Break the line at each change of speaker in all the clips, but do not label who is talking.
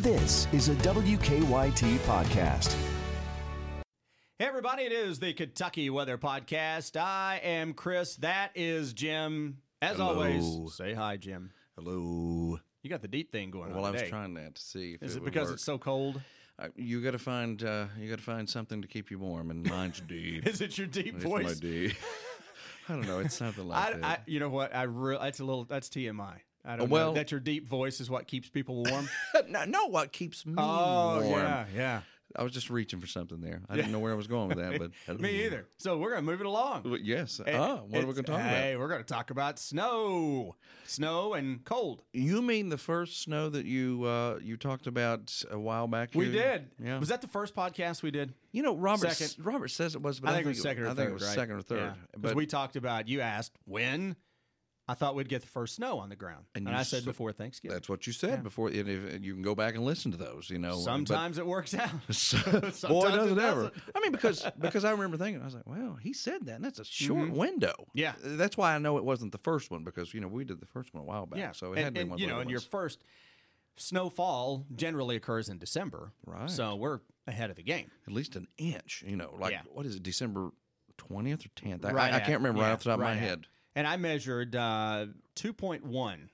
This is a WKYT podcast.
Hey, everybody, it is the Kentucky Weather Podcast. I am Chris. That is Jim. As
Hello.
always, say hi, Jim.
Hello.
You got the deep thing going on.
Well, I was
today.
trying that to see. If
Is it,
would
because
work.
it's so cold?
I- you got to find uh, you got to find something to keep you warm, and mine's deep.
Is it your deep
It's
voice?
my deep. I don't know. It's something
I,
like
I,
that.
you know what? I re- that's a little that's TMI. I
Uh,
don't know.
well-
That your deep voice is what keeps people warm.
no, no, what keeps me
oh
warm?
yeah, yeah.
I was just reaching for something there. I didn't know where I was going with that, but
Me either. So we're gonna move it along.
Well, yes.
It-
ah, what are we
it's-
going to talk
Hey,
about?
we're gonna talk about snow, snow and cold.
You mean the first snow that you uh, you talked about a while back?
We
here?
did.
Yeah.
Was that the first podcast we did?
you know Robert?
second?
Robert says it was, but
I
I,
think it was second or
I
third.
think it was
right?
second or third.
Because we talked about you asked when I thought we'd get the first snow on the ground, and,
And you
I said
said-
before Thanksgiving.
That's what you said before. And if, and you can go back and listen to those, you know. but-
Sometimes it works out.
boy,
Sometimes
does
it
it ever.
doesn't.
I mean, because because I remember thinking, I was like, well, he said that, and that's a short window.
Mm-hmm. Yeah.
that's why I know it wasn't the first one because you know we did the first one a while back,
yeah.
so it
and,
had been
and,
one. of
you
the
know,
other
and your
ones.
first snowfall generally occurs in December,
Right.
So we're ahead of the game.
at least an inch. You know, like
Yeah. what
what is it, December twentieth or tenth? I,
Right
I,
at-
can't remember
yeah,
right off the top
right
of
at.
my head.
And I measured uh, 2.1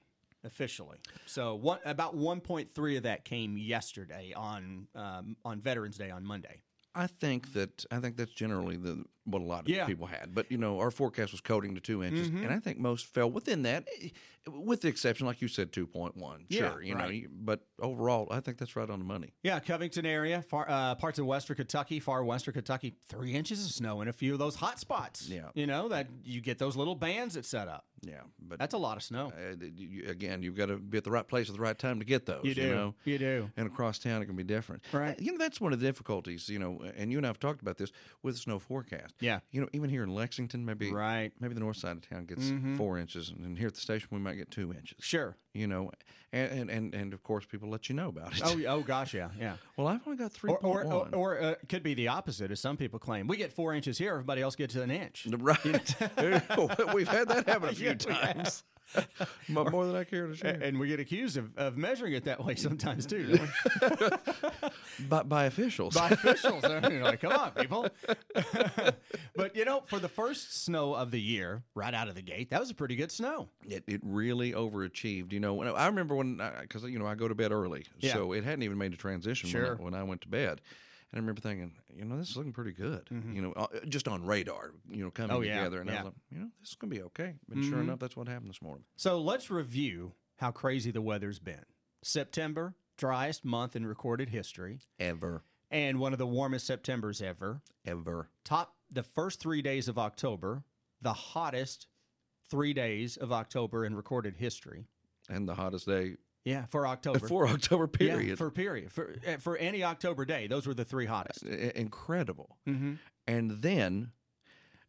officially. So what about 1.3 of that came yesterday on um, on Veterans Day on Monday.
I think that I think that's generally the what a lot of
Yeah. Mm-hmm.
people had. But you know, our forecast was coding to two inches, and I think most fell within that, eh, with the exception, like you said, two point one.
Yeah,
Sure, you know,
right.
you- but overall, I think that's right on the money.
Yeah, Covington area, far, uh, parts of Western Kentucky, far Western Kentucky, three inches of snow in a few of those hot spots.
Yeah.
you know that you get those little bands that set up.
Yeah, but
That's a lot of snow.
uh, th- you, again, you've got to be at the right place at the right time to get those. You, know?
you do.
And across town, it can be different. Eh,
Right.
You know, that's one of the difficulties. You know, and you and I have talked about this with the snow forecast.
Yeah.
You know, even here in Lexington, maybe
Right. Mm-hmm.
maybe the north side of town gets four inches, and, and here at the station, we might get two inches.
Sure.
You know, and and and, and of course, people let you know about it.
Oh, oh gosh, yeah, yeah.
well, I've only got three
Or,
point
or,
one.
or, or uh, it could be the opposite, as some people claim. We get four inches here, everybody else gets an inch.
Right, we've had that happen a few
Yeah, we have.
times, Mo- more than I care to share.
A- And we get accused of, of measuring it that way sometimes too. don't we?
by, by officials,
by officials. I mean, like, come on, people. but you know, for the first snow of the year, right out of the gate, that was a pretty good snow.
It, it really overachieved. You know, when I, I remember when, because, you know, I go to bed early.
Yeah.
So it hadn't even made a transition
Sure.
when, I, when I went to bed. And I remember thinking, you know, this is looking pretty good, you know, uh, just on radar, you know, coming
Mm-hmm. Oh, yeah,
together. And I
yeah. Mm-hmm.
was like, you know, this is going to be okay. And sure enough, that's what happened this morning.
So let's review how crazy the weather's been. September, driest month in recorded history,
Ever,
and one of the warmest Septembers ever.
ever.
Top the first three days of October, the hottest three days of October in recorded history.
And the hottest day
Yeah, for October.
for October,
Yeah,
period.
for period. For, eh, for any October day, those were the three hottest.
uh, I- incredible.
Mm-hmm.
And then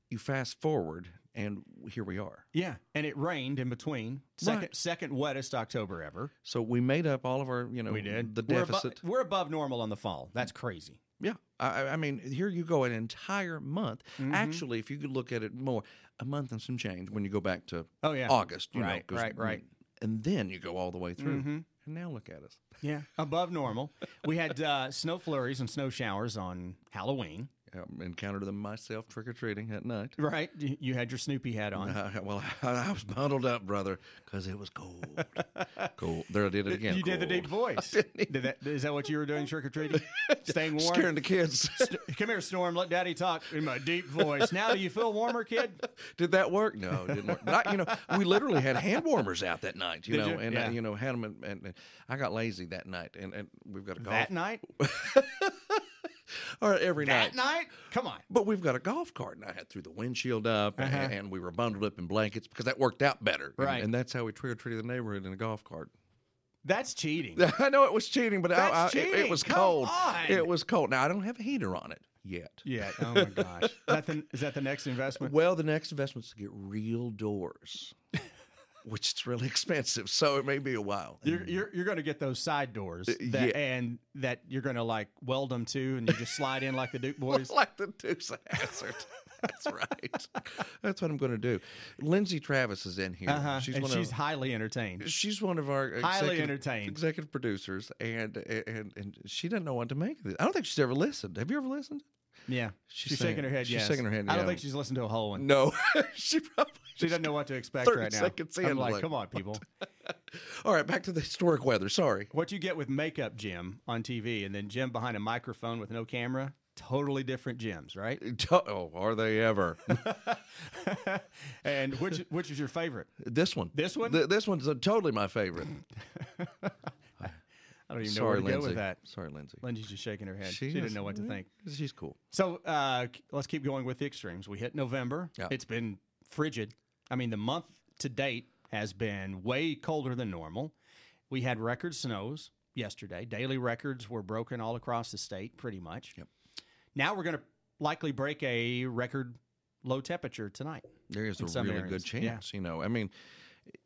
you fast forward, and here we are.
Yeah, and it rained in between. Second,
Right.
second wettest October ever.
So we made up all of our, you know, the
We're abo-
deficit.
We're, above normal on the fall. That's crazy.
Yeah, I, I- I mean, here you go an entire month.
Mm-hmm.
Actually, if you could look at it more, a month and some change when you go back to
Oh yeah,
August. You
Right,
know, 'cause-
right, right.
And then you go all the way through. And now look at us.
yeah, above normal. We had uh, snow flurries and snow showers on Halloween.
I encountered them myself trick or treating at night.
Right, you you had your Snoopy hat on.
I- I- well, I, was bundled up, brother, because it was cold. cold. There I did it again.
you did the deep
cold.
voice. Did that, is that what you were doing trick or treating? Staying warm.
Scaring the kids.
Come here, Storm. Let Daddy talk in my deep voice. Now, do you feel warmer, kid?
Did that work? No, it didn't work. Not, you know, we literally had hand warmers out that night. You
Did
know,
you?
and
Yeah.
I, you know had them, and, and, and I got lazy that night, and, and we've got a golf
That night.
or every
That
night.
night. Come on.
But we've got a golf cart, and I had threw the windshield up, a- and, we were bundled up in blankets because that worked out better. And-
Uh-huh. Right.
and, that's how we trick or treated the neighborhood in a golf cart.
That's cheating.
I know it was cheating, but I-
That's
I, it- It,
cheating.
was
Come
cold.
on.
It was cold. Now I don't have a heater on it yet.
Yeah. Oh my gosh. Is that the, is that the next investment?
Well, the next investment's to get real doors, which is really expensive, so it may be a while.
You're you're, you're going to get those side doors, that,
yeah.
and that you're going to like weld them to, and you just slide in like the Duke boys.
like the Dukes of Hazard. That's right. That's what I'm going to do. Lindsay Travis is in here.
Uh-huh.
She's
and
one
she's
of
highly entertained.
she's one of our
Highly
executive,
entertained.
executive producers, and and and she doesn't know what to make of this. I don't think she's ever listened. Have you ever listened?
Yeah.
She's
She's,
saying-
shaking her head.
she's
yes.
shaking her head,
I don't
yeah.
think she's listened to a whole one.
No, she probably.
She doesn't know what to expect
30
right now.
seconds in,
I'm like,
like,
come on, people.
All right, back to the historic weather. Sorry.
What you get with makeup Jim on TV and then Jim behind a microphone with no camera, totally different Jims, right?
Oh, are they ever?
and which which is your favorite?
this one.
This one?
Th- this one's uh, totally my favorite.
I don't even know where
Sorry,
to
Lindsay.
go with that.
Sorry, Lindsay.
Lindsay's just shaking her head. She,
She
didn't
is- eh,
know what to think.
She's cool.
So uh, k- let's keep going with the extremes. We hit November.
Yeah.
It's been frigid. I mean, the month to date has been way colder than normal. We had record snows yesterday. Daily records were broken all across the state, pretty much.
Yep.
Now we're going to likely break a record low temperature tonight.
There is a
in some
really
areas.
good
Yeah.
chance. You know, I mean,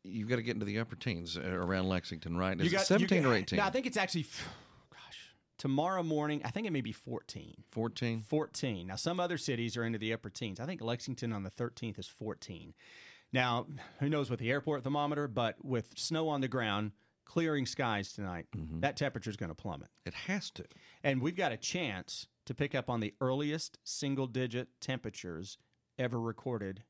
you've got to get into the upper teens uh, around Lexington, right? Is
You got-
it
you
17
got-
or 18?
No, I think it's actually, f- gosh, tomorrow morning, I think it may be 14.
14.
14. Now, some other cities are into the upper teens. I think Lexington on the 13th is 14. Now, who knows with the airport thermometer, but with snow on the ground, clearing skies tonight,
Mm-hmm.
that temperature is going to plummet.
It has to.
And we've got a chance to pick up on the earliest single digit temperatures ever recorded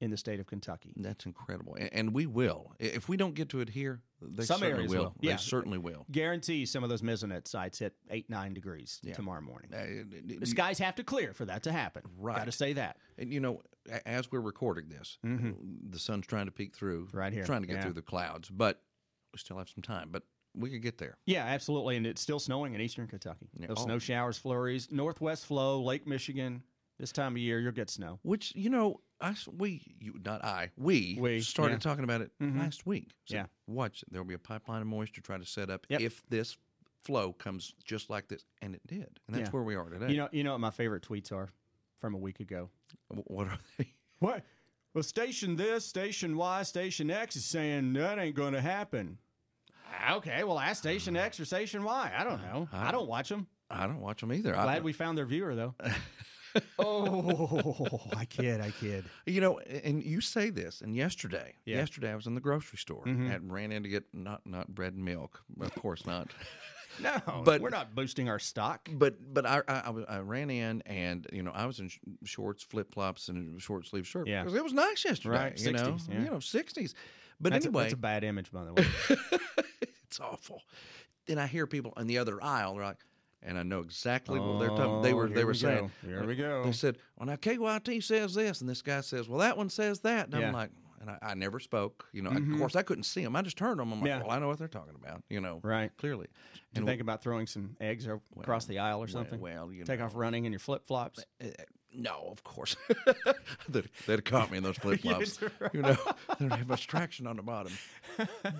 in the state of Kentucky.
That's incredible. And, and we will. I- If we don't get to it here, they
Some
certainly
areas
will.
will.
They
Yeah.
certainly will.
Guarantee some of those mesonet sites hit eight, nine degrees tomorrow morning.
Uh, it- it-
The skies have to clear for that to happen.
Right.
Got to say that. Mm-hmm.
And you know, a- as we're recording this, the sun's trying to peek through,
Hmm. Right here.
trying to get
Yeah.
through the clouds, but we still have some time. But we could get there.
Yeah, absolutely. And it's still snowing in eastern Kentucky.
Yeah.
Those
Oh.
snow showers, flurries, northwest flow, Lake Michigan. This time of year, you'll get snow.
Which you know, us we you, not I we,
We,
started
yeah. Mm-hmm.
talking about it last week. So
Yeah.
watch there will be a pipeline of moisture trying to set up
Yep.
if this flow comes just like this, and it did, and that's
Yeah.
where we are today.
You know, you know what my favorite tweets are from a week ago.
Wh- what are they?
What? Well, station this, station Y, station X is saying that ain't going to happen. Ah, Okay, well, ask station X or station Y. I don't know. I don't watch them.
I don't watch them either. I,
Glad we found their viewer though. oh, I kid, I kid.
You know, and you say this, and yesterday,
Yeah. Mm-hmm.
yesterday I was in the grocery store and ran in to get not not bread and milk, of course not.
No,
But-
but we're not boosting our stock.
But but I, I I was- I ran in and you know I was in sh- shorts, flip flops, and short sleeve shirt.
Yeah.
'Cause it was nice yesterday.
Right,
you know,
60s, yeah.
you know, sixties. But
That's a-
anyway,
that's a bad image, by the way.
it's awful. And I hear people in the other aisle. They're like, and I know exactly what they're talking. They
Oh,
were
here
they
we
were saying.
go. Here we go.
They said, well, now KYT says this, and this guy says, well, that one says that. And
Yeah. Mm-hmm.
I'm like, and I, I never spoke. You know, of course, I couldn't see them. I just turned them. I'm like,
Yeah.
well, I know what they're talking about. You know,
Right.
Clearly.
Did you think about throwing some eggs or across the aisle or something?
well, you
take off running in your flip flops.
Uh, no, of course. they'd, they'd have caught me in those flip flops.
Yes,
You know, they don't have much traction on the bottom.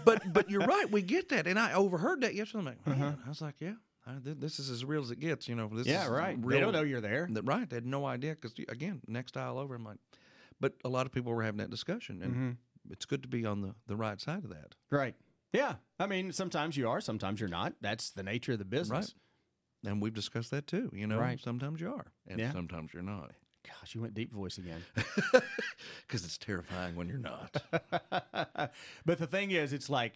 But but you're right. We get that, and I overheard that yesterday.
Uh-huh.
I'm like, "Man," I was like, yeah, I, th- this is as real as it gets. You know, this
Yeah,
is
right.
Real,
They don't know you're there.
that- right. They had no idea because again, next aisle over. I'm like, but a lot of people were having that discussion, and
Mm-hmm.
it's good to be on the the right side of that.
Right. Yeah. I mean, sometimes you are, sometimes you're not. That's the nature of the business.
And we've discussed that too. You know,
Right.
sometimes you are, and
Yeah.
sometimes you're not,
Gosh, you went deep voice again.
because it's terrifying when you're not.
but the thing is, it's like,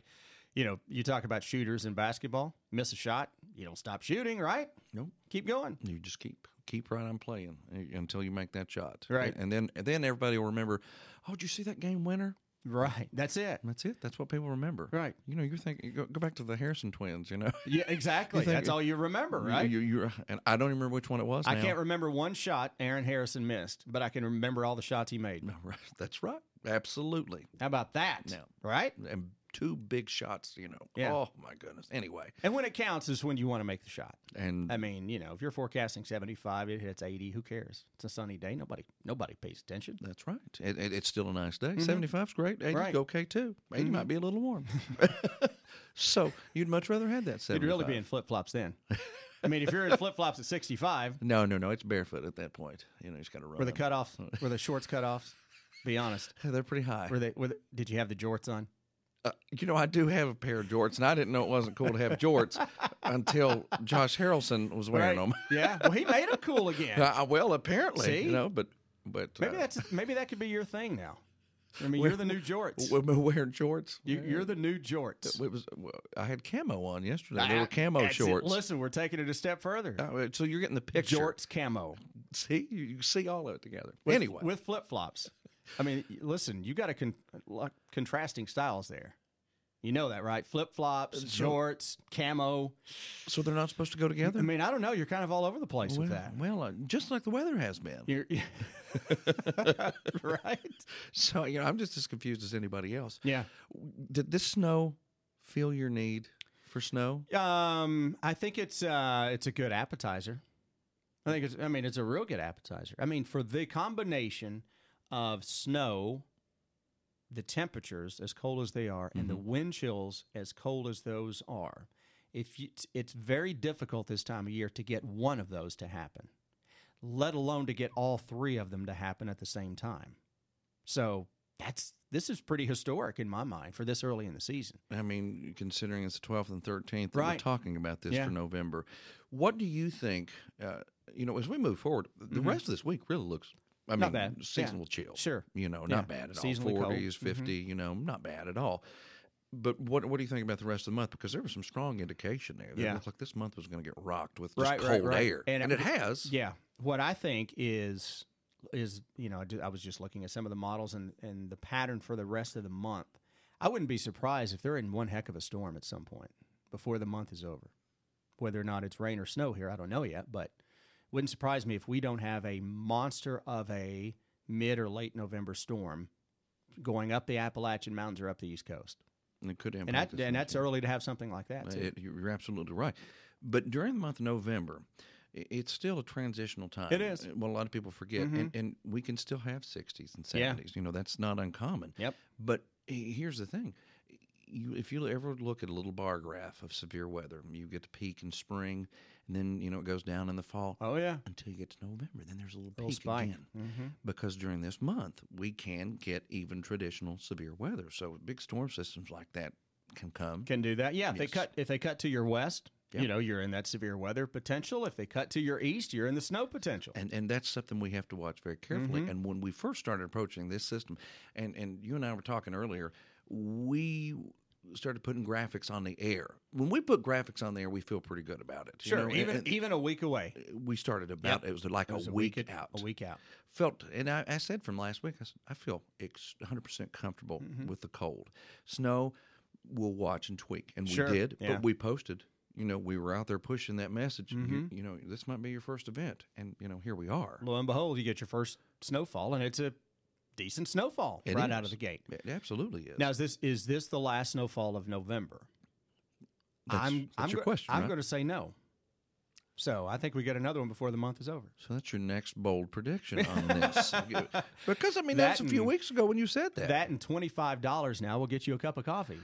you know, you talk about shooters in basketball, miss a shot, you don't stop shooting, right?
Nope.
Keep going.
You just keep keep right on playing uh, until you make that shot.
Right.
And then and then everybody will remember, oh, did you see that game winner?
Right. That's it.
And that's it. That's what people remember.
Right.
You know, you're thinking go, go back to the Harrison twins, you know.
Yeah, exactly.
think-
That's all you remember,
You-
right?
You, you, and I don't even remember which one it was.
I
now.
can't remember one shot Aaron Harrison missed, but I can remember all the shots he made.
Right. That's right. Absolutely.
How about that?
No.
Right?
And two big shots, you know.
Yeah.
Oh my goodness. Anyway.
And when it counts is when you want to make the shot.
And
I mean, you know, if you're forecasting 75, it hits 80. Who cares? It's a sunny day. Nobody, nobody pays attention.
that's right. It, it, it's still a nice day. 75's great. 80's
Mm-hmm. Right. Mm-hmm.
okay too. 80 might be a little warm. so you'd much rather had that 75.
You'd really be in flip flops then. I mean, if you're in flip flops at 65,
No, no, no. It's barefoot at that point. You know, he's got to run.
were the cutoffs, were the shorts cutoffs? Be honest.
They're pretty high.
Were they? Were the- did you have the jorts on?
Uh, you know, I do have a pair of jorts, and I didn't know it wasn't cool to have jorts until Josh Harrelson was wearing them.
yeah. Well, he made them cool again.
Uh, well, apparently,
See?
you know, but But
Maybe
uh,
that's maybe that could be your thing now. I mean,
Where-
you're the new jorts.
w- w- wearing shorts.
You, you're the new jorts.
It was. w- I had camo on yesterday.
Ah,
They were camo
that's it.
shorts.
Listen, we're taking it a step further.
Uh, so you're getting the picture.
jorts camo.
See, you, you see all of it together.
With,
anyway,
with flip flops. I mean, listen, you got a con- like, contrasting styles there. You know that, right? Flip flops, jorts, camo.
so they're not supposed to go together.
I mean, I don't know. You're kind of all over the place
well,
with that.
well, uh, just like the weather has been.
You're, right?
So you know, I'm just as confused as anybody else.
Yeah.
Did this snow feel your need for snow?
Um, I think it's uh, it's a good appetizer. I think it's. I mean, it's a real good appetizer. I mean, for the combination of snow, the temperatures as cold as they are, and the wind chills as cold as those are, if you, it's- it's very difficult this time of year to get one of those to happen, let alone to get all three of them to happen at the same time. So that's this is pretty historic in my mind for this early in the season.
I mean, considering it's the 12th and 13th, and we're
Right.
talking about this
Yeah.
for November. What do you think? Uh, you know, as we move forward, the rest of this week really looks. I
Mm-hmm. Not
mean,
bad. Yeah.
seasonal chill.
Sure.
you know,
Yeah.
not bad at
Seasonally
all.
cold. Mm-hmm.
40s, 50, you know, not bad at all. But what what do you think about the rest of the month? Because there was some strong indication there. That
Yeah.
It looked like this month was going to get rocked with just
Right,
cold
right, right.
air, and,
And
it
it-
has.
Yeah. What I think is is you know I do- I was just looking at some of the models and and the pattern for the rest of the month. I wouldn't be surprised if they're in one heck of a storm at some point before the month is over. Whether or not it's rain or snow here, I don't know yet, but wouldn't surprise me if we don't have a monster of a mid or late November storm going up the Appalachian Mountains or up the East Coast.
and it could impact.
And that,
us
and
next
that's early to have something like that. Too.
Uh, It, you're absolutely right. But during the month of November, i- it's still a transitional time.
It is. Mm-hmm.
Uh, What a lot of people forget. And, and we can still have 60s and 70s.
Yeah.
You know, that's not uncommon.
Yep.
But he- here's the thing. You, if you ever look at a little bar graph of severe weather, you get the peak in spring, and then you know it goes down in the fall
Oh yeah. Mm-hmm.
until you get to November. Then there's a little
Little
peak
spike.
again because during this month we can get even traditional severe weather. So big storm systems like that can come.
Can do that. Yeah, if they
Yes.
cut if they cut to your west,
Yeah.
you know, you're in that severe weather potential. If they cut to your east, you're in the snow potential.
And and that's something we have to watch very carefully.
Mm-hmm.
And when we first started approaching this system, and and you and I were talking earlier, we started putting graphics on the air. When we put graphics on the air, we feel pretty good about it. you
sure,
know,
even
and-
even a week away.
and uh, we started about it was like
It was
a, week,
at-
out.
A week out.
Felt and I, I said from last week, I, said, I feel ex- 100% comfortable
Mm-hmm.
with the cold. Snow, we'll watch and tweak, and
Sure,
we did,
yeah.
but we posted. You know, we were out there pushing that message.
Mm-hmm.
You, you know, this might be your first event, and you know, here we are.
Lo and behold, you get your first snowfall, and it's a decent snowfall
It
right out
is.
of the gate.
It absolutely is.
Now, is this is this the last snowfall of November?
That's-
I'm
that's
I'm
your
go-
question,
I'm
right?
going to say no. So I think we get another one before the month is over.
so that's your next bold prediction on this, because I mean that, was
That
a few
and-
weeks ago when you said that.
That and twenty five dollars now will get you a cup of coffee,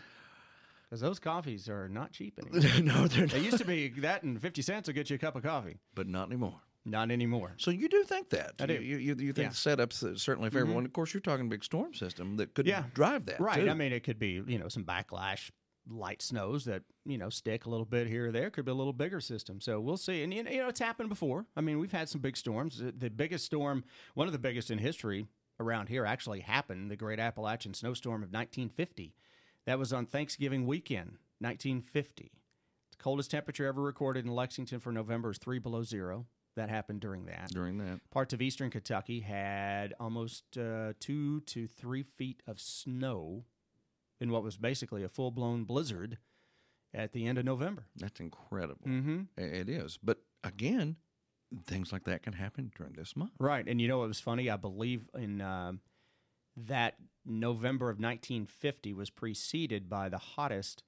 because those coffees are not cheap anymore.
no, they're
It
not,
used to be that and 50 cents will get you a cup of coffee.
but not anymore.
Not anymore.
So you do think that?
I do.
You you, you think
Yeah. Mm-hmm.
the setup's uh, certainly for everyone? Of course, you're talking big storm system that could
Yeah.
drive that,
Right.
too.
I mean, it could be, you know, some backlash, light snows that, you know, stick a little bit here or there. Could be a little bigger system. So we'll see. And, you know, you know, it's happened before. I mean, we've had some big storms. The, the biggest storm, one of the biggest in history around here, actually happened the Great Appalachian Snowstorm of 1950. That was on Thanksgiving weekend, 1950. The coldest temperature ever recorded in Lexington for November is three below zero. That happened during that.
during that.
parts of eastern Kentucky had almost uh, two to three feet of snow in what was basically a full blown blizzard at the end of November.
That's incredible.
Mm-hmm.
I- It is. But again, things like that can happen during this month.
Right. And you know what was funny? I believe in um that November of 1950 was preceded by the hottest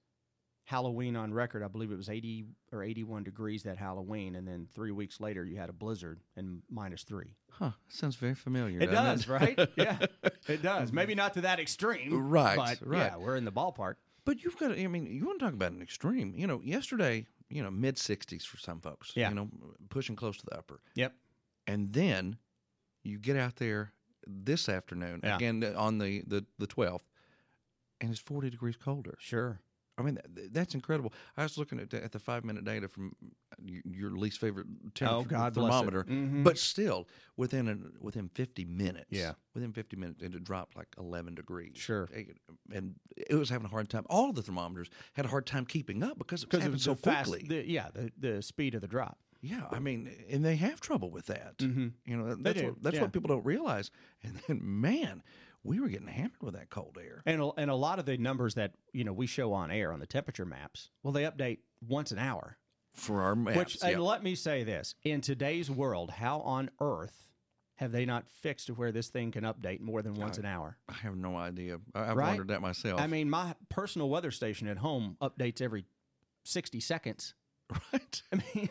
Halloween on record. I believe it was 80 or 81 degrees that Halloween. And then three weeks later, you had a blizzard and minus three.
Huh. That sounds very familiar.
It
doesn't
does, right? Yeah, it does. Maybe not to that extreme,
Right,
But
right.
yeah, we're in the ballpark.
But you've got, to, I mean, you want to talk about an extreme. You know, yesterday, you know, mid 60s for some folks,
Yeah.
you know, pushing close to the upper.
Yep.
And then you get out there this afternoon,
Yeah.
again on the, the, the 12th, and it's 40 degrees colder.
Sure.
I mean, th- th- that's incredible. I was looking at the, at the five minute data from y- your least favorite temperature
Oh, God bless it.
thermometer,
Mhm.
but still within an, within fifty minutes.
Yeah.
within fifty minutes, it had dropped like eleven degrees.
Sure.
Eh, and it was having a hard time. All the thermometers had a hard time keeping up because it
because
was happening
it was
so
so fast.
quickly.
The, yeah, the, the speed of the drop.
Yeah, I mean, and they have trouble with that.
Mhm.
You know, that's
do,
what, that's
yeah.
what people don't realize. And then, man, we were getting hammered with that cold air.
And a, and a lot of the numbers that you know we show on air on the temperature maps, well, they update once an hour.
for our maps.
Which
yeah.
and let me say this: in today's world, how on earth have they not fixed to where this thing can update more than once an hour?
I have no idea. I, I've
Right?
wondered that myself.
I mean, my personal weather station at home updates every sixty seconds.
right?
I mean,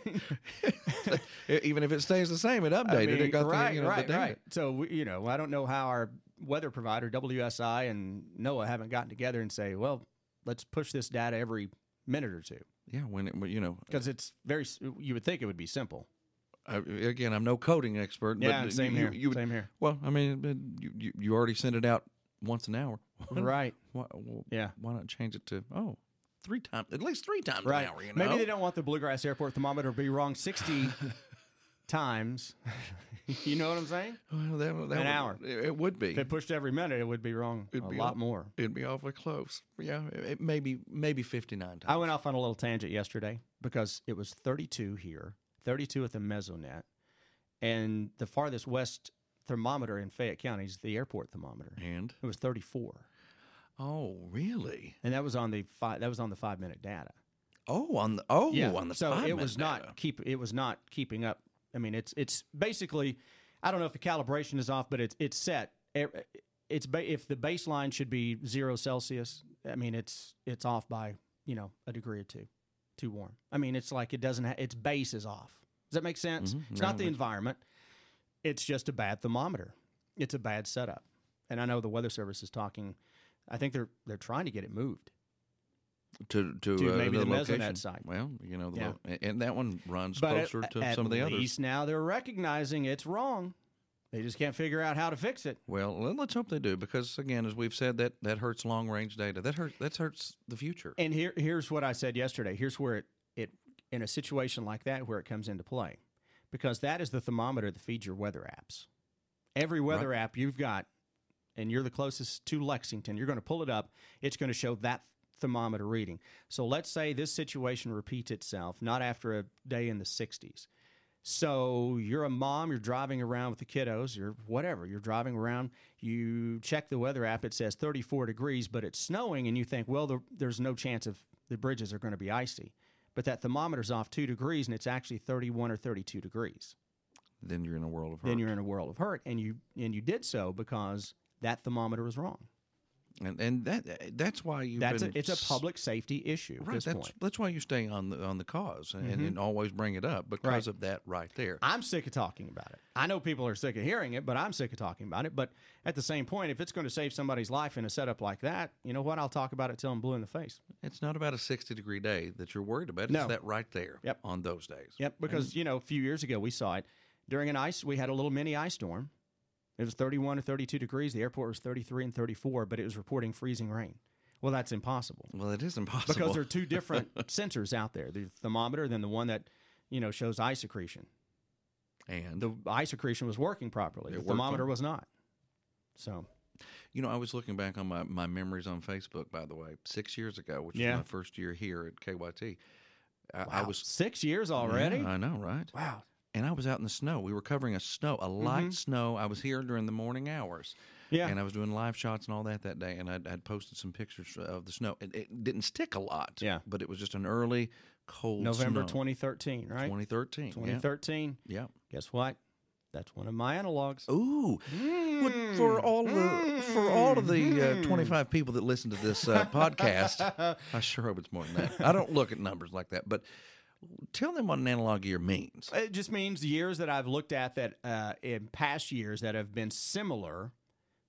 Even if it stays the same, it updated.
I mean,
it got
right,
the, you know, the
right,
data.
right. So we- you know, I don't know how our weather provider WSI and NOAA haven't gotten together and say, well, let's push this data every minute or two
Yeah, when it, when, you know,
because it's very. s- You would think it would be simple.
I, again, I'm no coding expert.
Yeah,
but
same
you,
here.
You, you would-
same here.
Well, I mean, but you, you, you already send it out once an hour,
Right.
Why, well,
Yeah.
why not change it to oh, three times at least three times
Right.
an hour? You know?
Maybe they don't want the Bluegrass Airport thermometer to be wrong 60 times. you know what I'm saying?
Well, that, would- that
An
would-
hour.
It, it would be.
If it pushed every minute, it would be wrong
It'd
a
be
lot
all-
more.
It'd be awfully close. Yeah, it, it maybe maybe 59 times.
I went off on a little tangent yesterday because it was 32 here, 32 at the Mesonet, and the farthest west thermometer in Fayette County is the airport thermometer.
and
It was 34,
oh, really?
and that was on the five. That was on the five minute data.
Oh, on the oh
yeah.
on the
so
five
it was
minute
not
data.
keep it was not keeping up. I mean, it's it's basically I don't know if the calibration is off, but it's it's set. It- it's ba- if the baseline should be zero Celsius. I mean, it's it's off by you know a degree or two, too warm. I mean, it's like it doesn't. Ha- its base is off. Does that make sense?
Mhm.
It's
No,
not the
it-
environment. It's just a bad thermometer. It's a bad setup. And I know the Weather Service is talking. I think they're they're trying to get it moved.
to to,
to
uh,
maybe the Mesonet
location.
side.
Well, you know, the
Yeah.
lo- and that one runs
at-
closer to
at
some of the
least
others.
now they're recognizing it's wrong. They just can't figure out how to fix it.
Well, let- let's hope they do because again, as we've said, that that hurts long range data. That hurts that hurts the future.
And here, here's what I said yesterday. Here's where it, it in a situation like that where it comes into play, because that is the thermometer that feeds your weather apps. Every weather app you've got, and you're the closest to Lexington, you're going to pull it up. It's going to show that thermometer reading. So let's say this situation repeats itself, not after a day in the 60s. So you're a mom, you're driving around with the kiddos, you're whatever, you're driving around, you check the weather app, it says 34 degrees, but it's snowing, and you think, well, the, there's no chance of the bridges are going to be icy. But that thermometer's off two degrees, and it's actually 31 or 32 degrees.
Then you're in a world of hurt.
Then you're in a world of hurt, and you and you did so because that thermometer was wrong.
and and that that's why you.
That's a,
been
it's a
s-
public safety issue at
Right,
this
that's
point. Mm-hmm.
that's why you stay on the on the because and, and always bring it up because
Right.
of that right there.
I'm sick of talking about it. I know people are sick of hearing it, but I'm sick of talking about it. But at the same point, if it's going to save somebody's life in a setup like that, you know what? I'll talk about it till I'm blue in the face.
It's not about a sixty degree day that you're worried about. It's
No.
that right there.
Yep.
on those days.
Yep, because you know, a few years ago we saw it during an ice. We had a little mini ice storm. It was 31 or 32 degrees. The airport was 33 and 34, but it was reporting freezing rain. Well, that's impossible.
Well, it is impossible
because there are two different sensors out there: the thermometer, then the one that you know shows ice accretion.
and
The ice accretion was working properly.
It
the
worked
thermometer
fine.
was not. So
You know, I was looking back on my, my memories on Facebook, by the way, six years ago, which
Yeah.
was my first year here at KYT. I, I
Wow,
was
six years
Yeah,
already.
I know, right?
wow.
And I was out in the snow. We were covering a snow, a
Mm-hmm.
light snow. I was here during the morning hours,
Yeah.
and I was doing live shots and all that that day. And I'd, I'd posted some pictures of the snow. It, it didn't stick a lot,
Yeah.
but it was just an early cold
November
snow.
2013, right?
2013.
2013.
Yeah.
Guess what? That's one of my analogs.
yeah. Ooh. Well, Hmm. for
Hmm.
all the, for all of the uh,
Mm.
25 people that listen to this uh, podcast, I sure hope it's more than that. I don't look at numbers like that, but tell them what an analog year means.
It just means years that I've looked at that uh, in past years that have been similar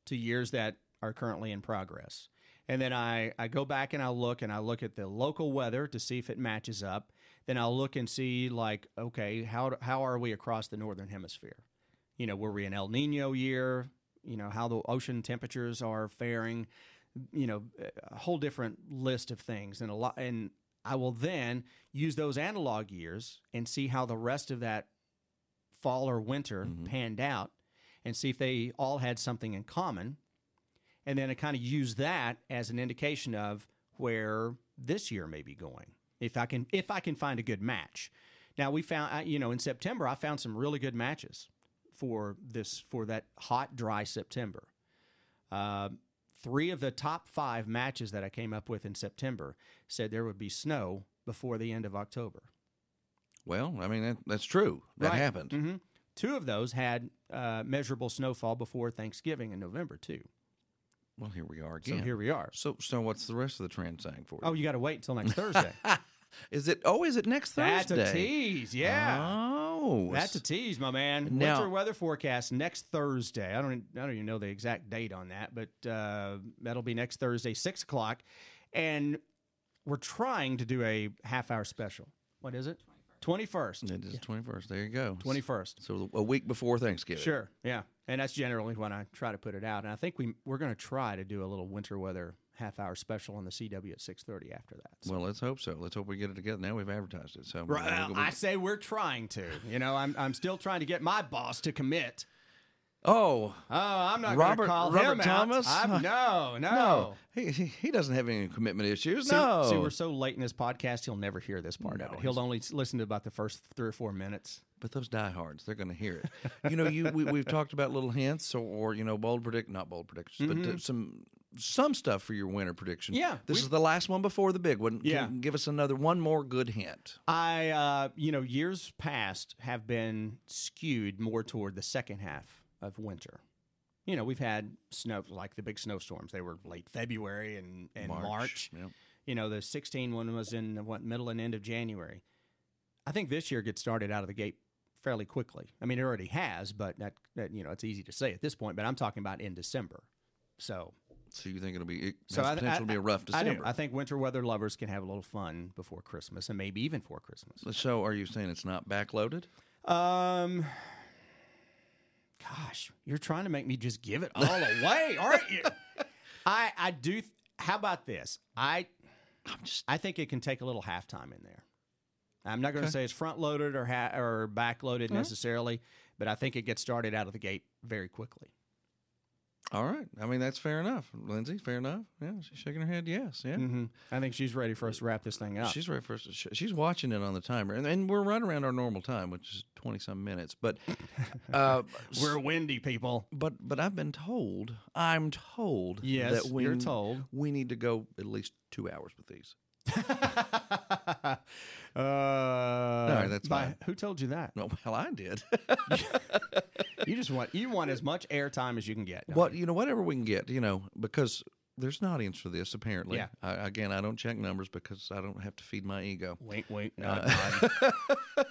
to years that are currently in progress. And then I, I go back and I look and I look at the local weather to see if it matches up. Then I'll look and see, like, okay, how, do- how are we across the northern hemisphere? You know, were we an El Nino year? You know, how the ocean temperatures are faring. you know, a whole different list of things and a lot. And I will then use those analog years and see how the rest of that fall or winter panned out and see if they all had something in common. And then I kind of use that as an indication of where this year may be going. If I can, if I can find a good match. Now we found, I- you know, in September I found some really good matches for this for that hot, dry September. Uh, three of the top five matches that I came up with in September said there would be snow before the end of October.
Well, I mean that, that's true. That
Right.
happened.
hmm Two of those had uh, measurable snowfall before Thanksgiving in November too.
Well, here we are
So
again.
here we are.
so, so what's the rest of the trend saying for you?
Oh, you got to wait until next Thursday.
is it? Oh, is it next
That's
Thursday?
a tease. Yeah.
Oh,
That's a tease, my man.
Now-
Winter weather forecast next Thursday. I don't, I don't even know the exact date on that, but uh, that'll be next Thursday, six o'clock, and we're trying to do a half-hour special. What is it? Twenty-first.
It is twenty first. There you go.
Twenty-first.
So a week before Thanksgiving.
Sure. Yeah. And that's generally when I try to put it out. And I think we we're going to try to do a little winter weather half-hour special on the CW at six thirty after that. So-
Well, let's hope so. Let's hope we get it together. Now we've advertised it. So we're-
Well,
we're-
I say we're trying to. You know, I'm I'm still trying to get my boss to commit.
oh
Oh, I'm not going to
Robert-
call
Robert
him
Thomas?
out. I'm, no, no.
no, he, he he doesn't have any commitment
Oh.
issues.
See,
no.
see, we're so late in this podcast, he'll never hear this part of
No,
it. He'll only s- listen to about the first three or four minutes.
But those diehards, they're going to hear it. You know, you we, we've talked about little hints or, or you know bold predict not bold predictions, but uh, some some stuff for your winter prediction.
Mm-hmm. Yeah,
this
we-
is the last one before the big one. Can-
Yeah.
give us another one more good hint.
I, uh, you know, years past have been skewed more toward the second half of winter. You know, we've had snow, like the big snowstorms. They were late February and, and March.
Yep.
You know, the 16 one was in the, what middle and end of January. I think this year gets started out of the gate fairly quickly. I mean, it already has, but that, that you know, it's easy to say at this point. But I'm talking about in December. So,
So you think it'll be it
so
has
I-
potential
I-
to be a rough
I do.
December?
I think winter weather lovers can have a little fun before Christmas and maybe even for Christmas.
so are you saying it's not backloaded?
Um, gosh, you're trying to make me just give it all away, aren't you? I I do. th- how about this? I
I'm just
I think it can take a little halftime in there. I'm not going to say it's front loaded or ha- or back loaded necessarily, but I think it gets started out of the gate very quickly.
all right. I mean that's fair enough, Lindsay. Fair enough. Yeah, she's shaking her head. Yes. Yeah.
Mm, Mm-hmm. I think she's ready for us to wrap this thing up.
She's right first. sh- She's watching it on the timer, and, and we're right around our normal time, which is twenty some minutes. But uh,
We're windy people.
But but I've been told, I'm told
Yes,
that we
you're told.
we need to go at least two hours with these.
uh,
that's fine.
Who told you that?
No, well, I did.
You just want you want as much airtime as you can get. don't
what
you?
you know, whatever we can get, you know, because there's an audience for this apparently.
Yeah.
I, again, I don't check numbers because I don't have to feed my ego.
Wink, wink.
Uh.
Nod, nod.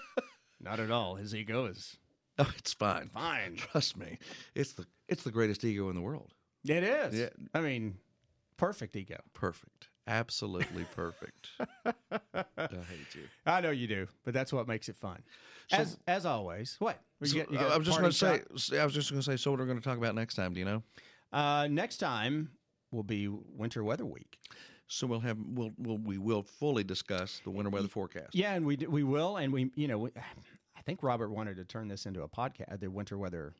Not at all. His ego is
Oh, it's fine.
fine.
Trust me, it's the it's the greatest ego in the world.
It is.
Yeah.
I mean, perfect ego.
Perfect, absolutely perfect. I hate you.
I know you do, but that's what makes it fun. as as always. What? You
So,
got- you
I-
got
I
a
was just
parting
going to say. I was just going to say. So what we're going to talk about next time? Do you know?
shot? Uh, next time will be winter weather week.
So we'll have we'll, we'll we will fully discuss the winter weather forecast.
Yeah, and we d- we will, and we you know, we, I think Robert wanted to turn this into a podcast, the winter weather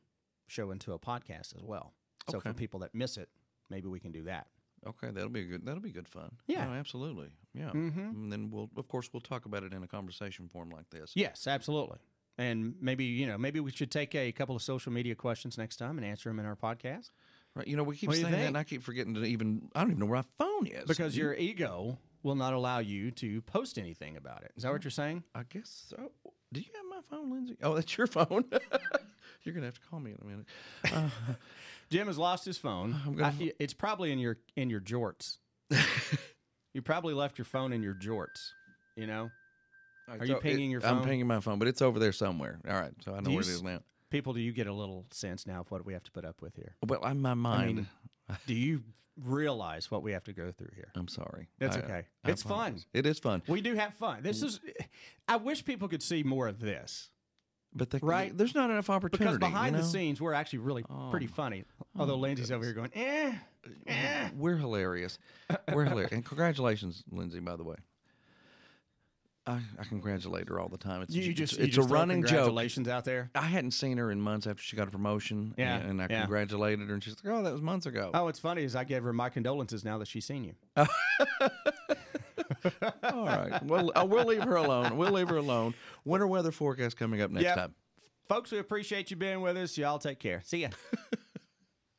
show into a podcast as well. So for
Okay.
people that miss it, maybe we can do that.
Okay, that'll be good. That'll be good fun.
Yeah. Mm-hmm.
No, absolutely. Yeah. And then we'll of course we'll talk about it in a conversation form like this.
Yes, absolutely. And maybe you know, maybe we should take a couple of social media questions next time and answer them in our podcast
Right. You know, we keep
What do you
saying that,
think?
and I keep forgetting to even I don't even know where my phone is
because your ego will not allow you to post anything about it. Is that what you're saying?
I guess so. Do you have my phone, Lindsay? Oh, that's your phone. You're gonna have to call me in a minute.
Jim has lost his phone.
I'm gonna-
I- it's probably in your in your jorts. you probably left your phone in your jorts. You know,
All right,
Are you
so it-
pinging your
I'm
phone?
pinging my phone, but it's over there somewhere. All right, so I know
you
where it
s-
is now.
people, do you get a little sense now of what we have to put up with here?
Well, in my mind, I
mean- Do you realize what we have to go through here?
am sorry.
That's
I-
okay.
I
It's fun.
apologize. It is fun.
We do have fun. This is. I wish people could see more of this
But they,
Right.
there's not enough opportunity.
Because behind the
you know? Oh
scenes, we're actually really pretty funny. Although Lindsay's over here going, eh, eh.
We're hilarious. We're hilarious. And congratulations, Lindsay, by the way. I, I congratulate her all the time. It's,
You, you
it's-
just you
it's,
just
a
throw
running joke.
congratulations out there.
I hadn't seen her in months after she got a promotion.
Yeah,
And, and I
yeah.
congratulated her. And she's like, oh, that was months ago.
Oh, what's funny is I gave her my condolences now that she's seen you.
All right. Well, uh, we'll leave her alone. We'll leave her alone. Winter weather forecast coming up next
Yep.
time.
Folks, we appreciate you being with us. Y'all take care. See ya.